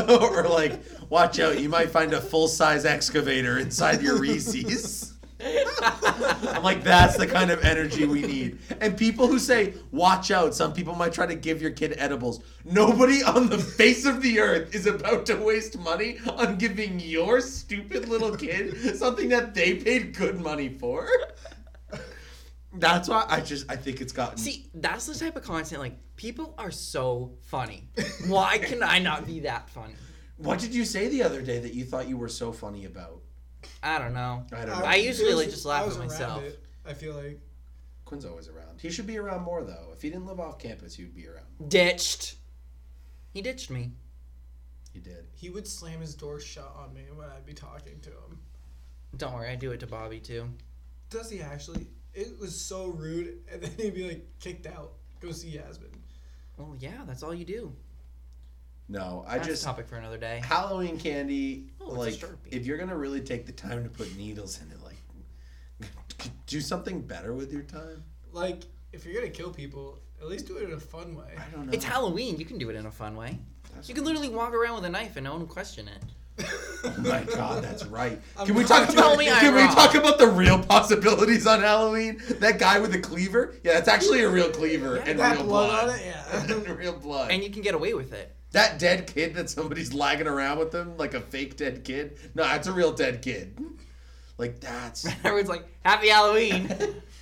Speaker 1: or like, watch out, you might find a full size excavator inside your Reese's. I'm like, that's the kind of energy we need. And people who say, watch out, some people might try to give your kid edibles. Nobody on the face of the earth is about to waste money on giving your stupid little kid something that they paid good money for. That's why I just I think it's gotten
Speaker 3: See, that's the type of content like people are so funny. Why can I not be that funny?
Speaker 1: What did you say the other day that you thought you were so funny about?
Speaker 3: I don't know.
Speaker 1: I don't
Speaker 8: God.
Speaker 1: know.
Speaker 3: I usually, like, just laugh
Speaker 8: I was
Speaker 3: at
Speaker 8: around
Speaker 3: myself.
Speaker 8: it, I feel like
Speaker 1: Quinn's always around. He should be around more though. If he didn't live off campus, he would be around.
Speaker 3: Ditched. He ditched me.
Speaker 1: He did.
Speaker 8: he would slam his door shut on me when I'd be talking to him.
Speaker 3: Don't worry, I do it to Bobby too.
Speaker 8: Does he actually? It was so rude, and then he'd be like kicked out. Go see Yasmin.
Speaker 3: Well, yeah, that's all you do.
Speaker 1: No, I
Speaker 3: That's
Speaker 1: just
Speaker 3: a topic for another day.
Speaker 1: Halloween candy.
Speaker 3: Oh,
Speaker 1: like
Speaker 3: it's a Sharpie.
Speaker 1: if you're gonna really take the time to put needles in it, like do something better with your time.
Speaker 8: Like, if you're gonna kill people, at least do it in a fun way.
Speaker 1: I don't know.
Speaker 3: It's Halloween. You can do it in a fun way.
Speaker 1: That's-
Speaker 3: You can literally walk around with a knife and no one will question it.
Speaker 1: Oh my god, that's right.
Speaker 8: I'm
Speaker 1: Can we
Speaker 8: not
Speaker 1: talk
Speaker 8: doing
Speaker 1: about
Speaker 3: it.
Speaker 1: Can we
Speaker 3: Wrong.
Speaker 1: talk about the real possibilities on Halloween? That guy with the cleaver? Yeah, that's actually a real cleaver
Speaker 3: Yeah,
Speaker 1: and
Speaker 8: that
Speaker 1: real
Speaker 8: blood
Speaker 1: blood.
Speaker 8: on it, yeah.
Speaker 1: and real blood.
Speaker 3: And you can get away with it.
Speaker 1: That dead kid that somebody's lagging around with them, like a fake dead kid. No, that's a real dead kid. Like that's
Speaker 3: Everyone's like, Happy Halloween.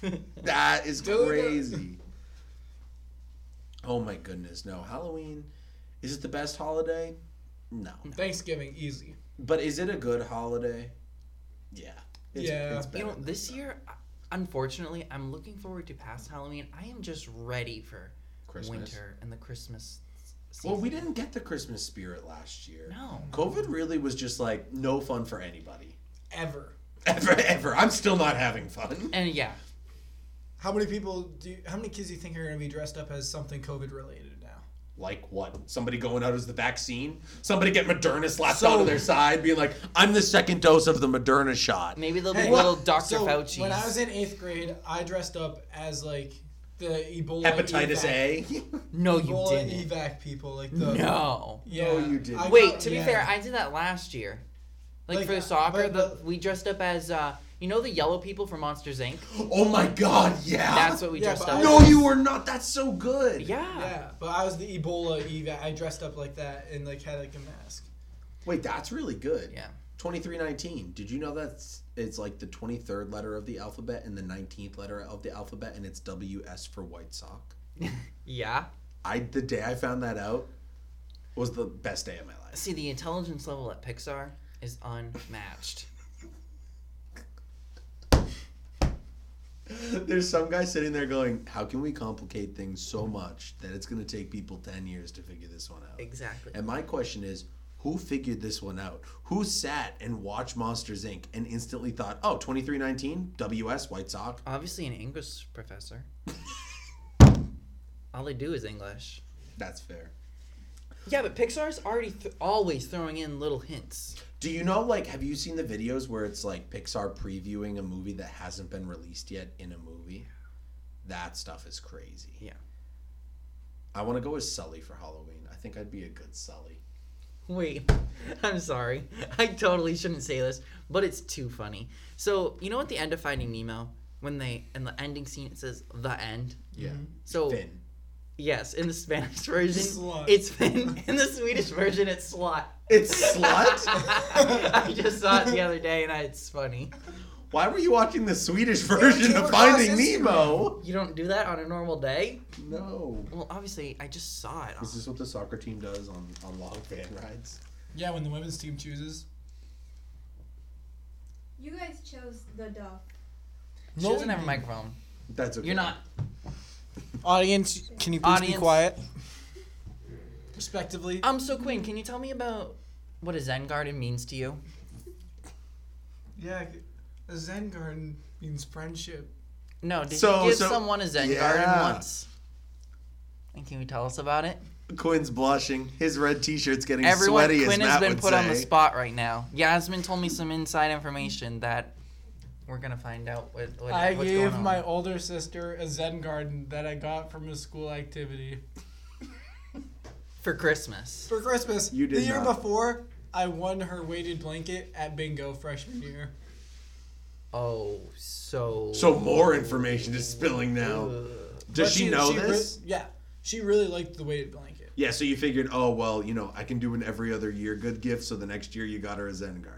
Speaker 1: that is
Speaker 8: Dude.
Speaker 1: crazy. Oh my goodness, no. Halloween is it the best holiday? No.
Speaker 8: Thanksgiving, easy.
Speaker 1: But is it a good holiday? Yeah.
Speaker 8: Yeah.
Speaker 3: you
Speaker 1: better
Speaker 3: know,
Speaker 1: than
Speaker 3: this year, unfortunately, I'm looking forward to past Halloween. I am just ready for
Speaker 1: Christmas.
Speaker 3: winter and the Christmas s- season.
Speaker 1: Well, we didn't get the Christmas spirit last year.
Speaker 3: No.
Speaker 1: COVID really was just like no fun for anybody.
Speaker 8: Ever.
Speaker 1: Ever, ever. I'm still not having fun.
Speaker 3: And yeah,
Speaker 8: How many people do? You, how many kids do you think are gonna be dressed up as something COVID related now?
Speaker 1: Like what? Somebody going out as the vaccine? Somebody get Moderna slapped
Speaker 3: So-
Speaker 1: onto their side, being like, "I'm the second dose of the Moderna shot."
Speaker 3: maybe there'll be
Speaker 8: Hey,
Speaker 3: little
Speaker 8: what?
Speaker 3: Dr.
Speaker 8: So,
Speaker 3: Fauci.
Speaker 8: When I was in eighth grade, I dressed up as like the Ebola
Speaker 1: Hepatitis
Speaker 8: evac,
Speaker 1: A.
Speaker 3: no, you
Speaker 8: Ebola
Speaker 3: didn't.
Speaker 8: evac people, like the
Speaker 3: No.
Speaker 8: Yeah,
Speaker 1: No, you didn't.
Speaker 8: I
Speaker 3: Wait,
Speaker 8: got-
Speaker 3: to be
Speaker 8: yeah.
Speaker 3: fair, I did that last year. Like,
Speaker 8: Like,
Speaker 3: for
Speaker 8: uh,
Speaker 3: soccer,
Speaker 8: but
Speaker 3: the,
Speaker 8: the-
Speaker 3: we dressed up as, uh, you know, the yellow people from Monsters Inc.
Speaker 1: oh my God! Yeah.
Speaker 3: That's what we
Speaker 8: Yeah,
Speaker 3: dressed
Speaker 8: but
Speaker 3: up.
Speaker 8: I-
Speaker 1: no, you were not. That's so good.
Speaker 3: Yeah.
Speaker 8: yeah, but I was the Ebola evac. I dressed up like that and like had like a mask.
Speaker 1: Wait, that's really good.
Speaker 3: Yeah.
Speaker 1: Twenty three nineteen. Did you know that's it's like the twenty third letter of the alphabet and the nineteenth letter of the alphabet, and it's W S for White Sock.
Speaker 3: Yeah.
Speaker 1: I the day I found that out was the best day of my life.
Speaker 3: See, the intelligence level at Pixar is unmatched.
Speaker 1: There's some guy sitting there going, "How can we complicate things so much that it's going to take people 10 years to figure this one out?"
Speaker 3: Exactly.
Speaker 1: And my question is, who figured this one out? Who sat and watched Monsters Inc and instantly thought, "Oh, 2319, WS White Sox."
Speaker 3: Obviously, an English professor. All they do is English.
Speaker 1: That's fair.
Speaker 3: Yeah, but Pixar's already th- always throwing in little hints.
Speaker 1: Do you know like have you seen the videos where it's like Pixar previewing a movie that hasn't been released yet in a movie? That stuff is crazy.
Speaker 3: Yeah.
Speaker 1: I want to go as Sully for Halloween. I think I'd be a good Sully.
Speaker 3: Wait, I'm sorry. I totally shouldn't say this, but it's too funny. So, you know at the end of Finding Nemo, when they, in the ending scene, it says the end?
Speaker 1: Yeah.
Speaker 3: Mm-hmm. So,
Speaker 1: Finn.
Speaker 3: yes, in the Spanish version,
Speaker 8: Slut.
Speaker 3: it's Finn. In the Swedish version, it's Slot.
Speaker 1: It's slut?
Speaker 3: I just saw it the other day and I, it's funny.
Speaker 1: Why were you watching the Swedish version
Speaker 8: came
Speaker 1: of
Speaker 8: across
Speaker 1: Finding
Speaker 8: Instagram.
Speaker 1: Nemo?
Speaker 3: You don't do that on a normal day?
Speaker 1: No.
Speaker 3: Well, obviously, I just saw it. On.
Speaker 1: Is this what the soccer team does on, on long van rides?
Speaker 8: Yeah, when the women's team chooses.
Speaker 5: You guys chose the duff.
Speaker 3: She doesn't have a microphone.
Speaker 1: That's okay.
Speaker 3: You're not.
Speaker 8: Audience, can you please
Speaker 3: Audience.
Speaker 8: be quiet?
Speaker 2: respectively.
Speaker 3: Um, so Quinn, can you tell me about what a Zen garden means to you?
Speaker 2: Yeah, a Zen garden means friendship.
Speaker 3: No, did
Speaker 1: So-
Speaker 3: you give
Speaker 1: so-
Speaker 3: someone a Zen
Speaker 1: yeah.
Speaker 3: garden once? And can you tell us about it?
Speaker 1: Quinn's blushing. His red T-shirt's getting
Speaker 3: Everyone,
Speaker 1: sweaty.
Speaker 3: Quinn
Speaker 1: as Matt
Speaker 3: has been
Speaker 1: would
Speaker 3: put
Speaker 1: say.
Speaker 3: on the spot right now. Yasmin told me some inside information that we're gonna find out what, what
Speaker 2: I
Speaker 3: what's
Speaker 2: gave
Speaker 3: going on.
Speaker 2: my older sister a Zen garden that I got from a school activity
Speaker 3: for Christmas.
Speaker 2: for Christmas.
Speaker 1: You did
Speaker 2: the year
Speaker 1: not.
Speaker 2: before. I won her weighted blanket at bingo freshman year.
Speaker 3: Oh, so uh,
Speaker 1: So more information is spilling now. Does
Speaker 2: But
Speaker 1: she, know
Speaker 2: re-
Speaker 1: this?
Speaker 2: yeah, she really liked the weighted blanket.
Speaker 1: yeah. So you figured, oh well, you know, I can do an every other year good gift. So the next year you got her a Zen garden.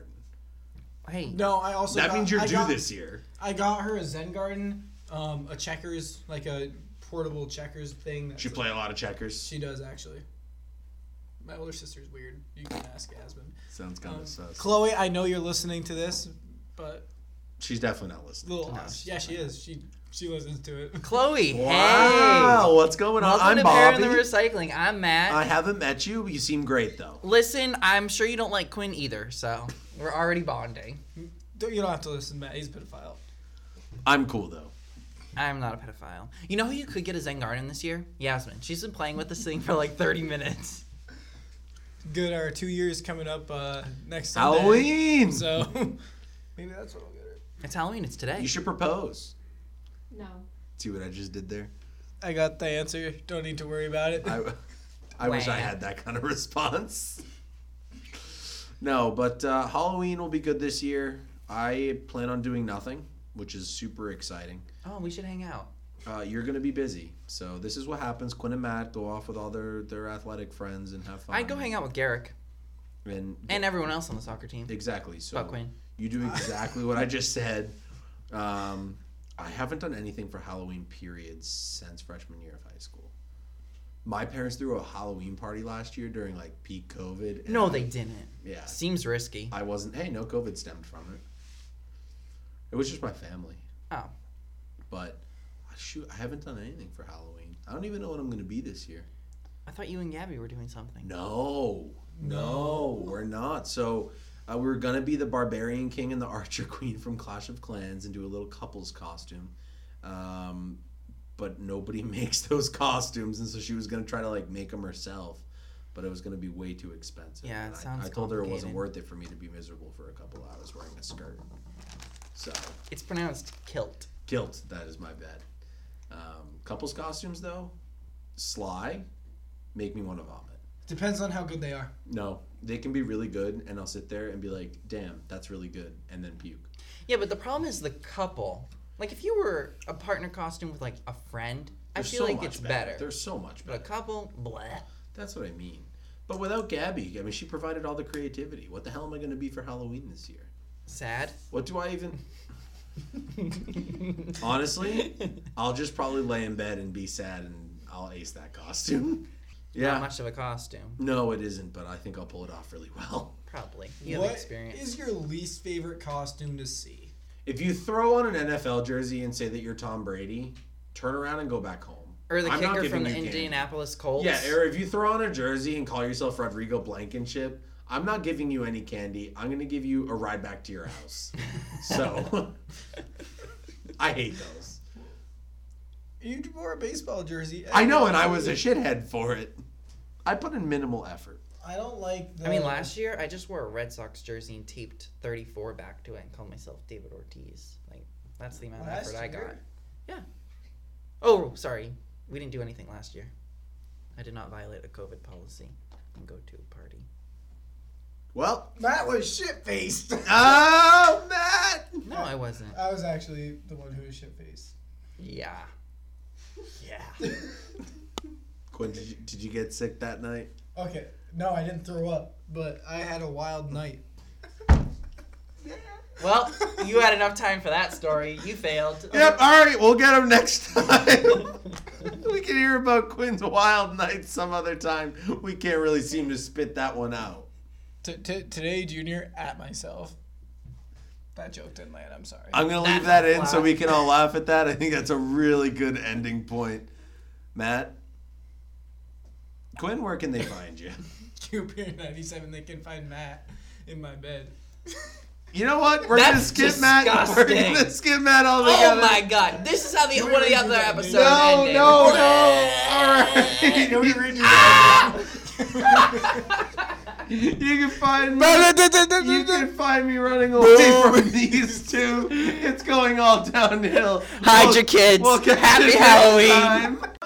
Speaker 3: Hey,
Speaker 2: No, I also
Speaker 1: that
Speaker 2: got-
Speaker 1: means you're
Speaker 2: I
Speaker 1: due
Speaker 2: got-
Speaker 1: this year.
Speaker 2: I got her a Zen garden, um, a checkers like a portable checkers thing. That's
Speaker 1: She play a lot of checkers.
Speaker 2: She does actually. My older sister's weird. You can ask Asmund.
Speaker 1: Sounds kind
Speaker 3: um,
Speaker 1: of sus.
Speaker 2: Chloe, I know you're listening to this, but
Speaker 1: She's definitely not listening.
Speaker 2: little yeah, she is. She she listens to it.
Speaker 3: Chloe.
Speaker 1: Wow,
Speaker 3: Hey,
Speaker 1: what's going on?
Speaker 3: welcome
Speaker 1: I'm
Speaker 3: to
Speaker 1: Bobby.
Speaker 3: Parent in the Recycling. I'm Matt.
Speaker 1: I haven't met you. You seem great though.
Speaker 3: Listen, I'm sure you don't like Quinn either, so we're already bonding.
Speaker 2: Don't- You don't have to listen, Matt. He's a pedophile.
Speaker 1: I'm cool though.
Speaker 3: I'm not a pedophile. You know who you could get a Zen garden this year? Yasmin. She's been playing with this thing for like 30 minutes.
Speaker 2: Good. Our two years coming up uh, next Sunday.
Speaker 1: Halloween.
Speaker 2: So maybe that's what I'll get her.
Speaker 3: It's Halloween. It's today.
Speaker 1: You should propose.
Speaker 5: No.
Speaker 1: See what I just did there?
Speaker 2: I got the answer. Don't need to worry about it.
Speaker 1: I, I wish I
Speaker 3: Wah.
Speaker 1: had that kind of response. No, but uh, Halloween will be good this year. I plan on doing nothing, which is super exciting.
Speaker 3: oh, we should hang out.
Speaker 1: Uh, you're going to be busy. So, this is what happens. Quinn and Matt go off with all their, their athletic friends and have fun.
Speaker 3: I'd go hang out with Garrick
Speaker 1: And,
Speaker 3: and everyone else on the soccer team.
Speaker 1: exactly. So,
Speaker 3: But Quinn.
Speaker 1: You do exactly what I just said. Um, I haven't done anything for Halloween period since freshman year of high school. My parents threw a Halloween party last year during like peak COVID. and
Speaker 3: No,
Speaker 1: I-
Speaker 3: they didn't.
Speaker 1: Yeah,
Speaker 3: Seems risky.
Speaker 1: I wasn't. Hey, no COVID stemmed from it. It was just my family.
Speaker 3: Oh.
Speaker 1: But shoot, I haven't done anything for Halloween. I don't even know what I'm gonna be this year.
Speaker 3: I thought you and Gabby were doing something.
Speaker 1: No, no, we're not. So uh, we were gonna be the Barbarian King and the Archer Queen from Clash of Clans and do a little couples costume, um, but nobody makes those costumes, and so she was gonna try to like make them herself, but it was gonna be way too expensive.
Speaker 3: Yeah, it
Speaker 1: And I-
Speaker 3: sounds
Speaker 1: I, told her it wasn't
Speaker 3: complicated.
Speaker 1: worth it for me to be miserable for a couple hours wearing a skirt. So
Speaker 3: It's pronounced kilt.
Speaker 1: guilt. That is my bad. Um, couples costumes though, sly, make me want to vomit.
Speaker 2: Depends on how good they are.
Speaker 1: No, they can be really good, and I'll sit there and be like, "Damn, that's really good," and then puke.
Speaker 3: Yeah, but the problem is the couple. Like, if you were a partner costume with like a friend, I
Speaker 1: They're
Speaker 3: feel
Speaker 1: so
Speaker 3: like
Speaker 1: much
Speaker 3: it's better.
Speaker 1: They're so much
Speaker 3: But a
Speaker 1: better.
Speaker 3: couple, bleh.
Speaker 1: That's what I mean. But without Gabby, I mean, she provided all the creativity. What the hell am I going to be for Halloween this year?
Speaker 3: Sad.
Speaker 1: What do I even? Honestly, I'll just probably lay in bed and be sad, and I'll ace that costume. Yeah.
Speaker 3: Not much of a costume.
Speaker 1: No, it isn't, but I think I'll pull it off really well.
Speaker 3: Probably.
Speaker 2: What
Speaker 3: You
Speaker 2: is
Speaker 3: have experience.
Speaker 2: your least favorite costume to see?
Speaker 1: If you throw on an NFL jersey and say that you're Tom Brady, turn around and go back home.
Speaker 3: or the
Speaker 1: I'm not
Speaker 3: kicker
Speaker 1: giving
Speaker 3: from the
Speaker 1: you candy.
Speaker 3: Indianapolis Colts.
Speaker 1: Yeah, or if you throw on a jersey and call yourself Rodrigo Blankenship, I'm not giving you any candy. I'm gonna give you a ride back to your house. so I hate those.
Speaker 2: You wore a baseball jersey.
Speaker 1: I know, and I was a shithead for it. I put in minimal effort.
Speaker 2: I don't like. The,
Speaker 3: I mean, last year I just wore a Red Sox jersey and taped 34 back to it and called myself David Ortiz. Like, that's the amount of
Speaker 2: Last
Speaker 3: effort I got.
Speaker 2: year?
Speaker 3: Yeah. Oh, sorry. We didn't do anything last year. I did not violate a COVID policy and go to a party.
Speaker 1: Well,
Speaker 2: Matt was shit faced.
Speaker 1: oh Matt,
Speaker 3: No, I wasn't.
Speaker 2: I was actually the one who was shit faced.
Speaker 3: Yeah. Yeah.
Speaker 1: Quinn, did you, did you get sick that night?
Speaker 2: Okay, no, I didn't throw up, but I had a wild night.
Speaker 3: Well, you had enough time for that story. You failed.
Speaker 1: Yep. All right, we'll get him next time. we can hear about Quinn's wild night some other time. We can't really seem to spit that one out.
Speaker 2: T- t- today, Junior, at myself. That joke didn't land. I'm sorry.
Speaker 1: I'm gonna leave that in so we can all laugh at that. I think that's a really good ending point. Matt, Quinn, where can they find you?
Speaker 2: Cooper 97, they can find Matt in my bed.
Speaker 1: You know what? We're gonna
Speaker 3: That's
Speaker 1: skip Matt. We're
Speaker 3: disgusting.
Speaker 1: gonna skip Matt altogether.
Speaker 3: Oh my god! This is how the one of the other episodes
Speaker 1: No,
Speaker 3: ended.
Speaker 1: no, no! All right.
Speaker 2: Can we redo
Speaker 1: You can find me. You
Speaker 2: that?
Speaker 1: can find me running away from these two. It's going all downhill.
Speaker 3: Hide
Speaker 1: We'll-
Speaker 3: your kids.
Speaker 1: we'll catch
Speaker 3: Happy
Speaker 1: you next
Speaker 3: Halloween.
Speaker 1: time.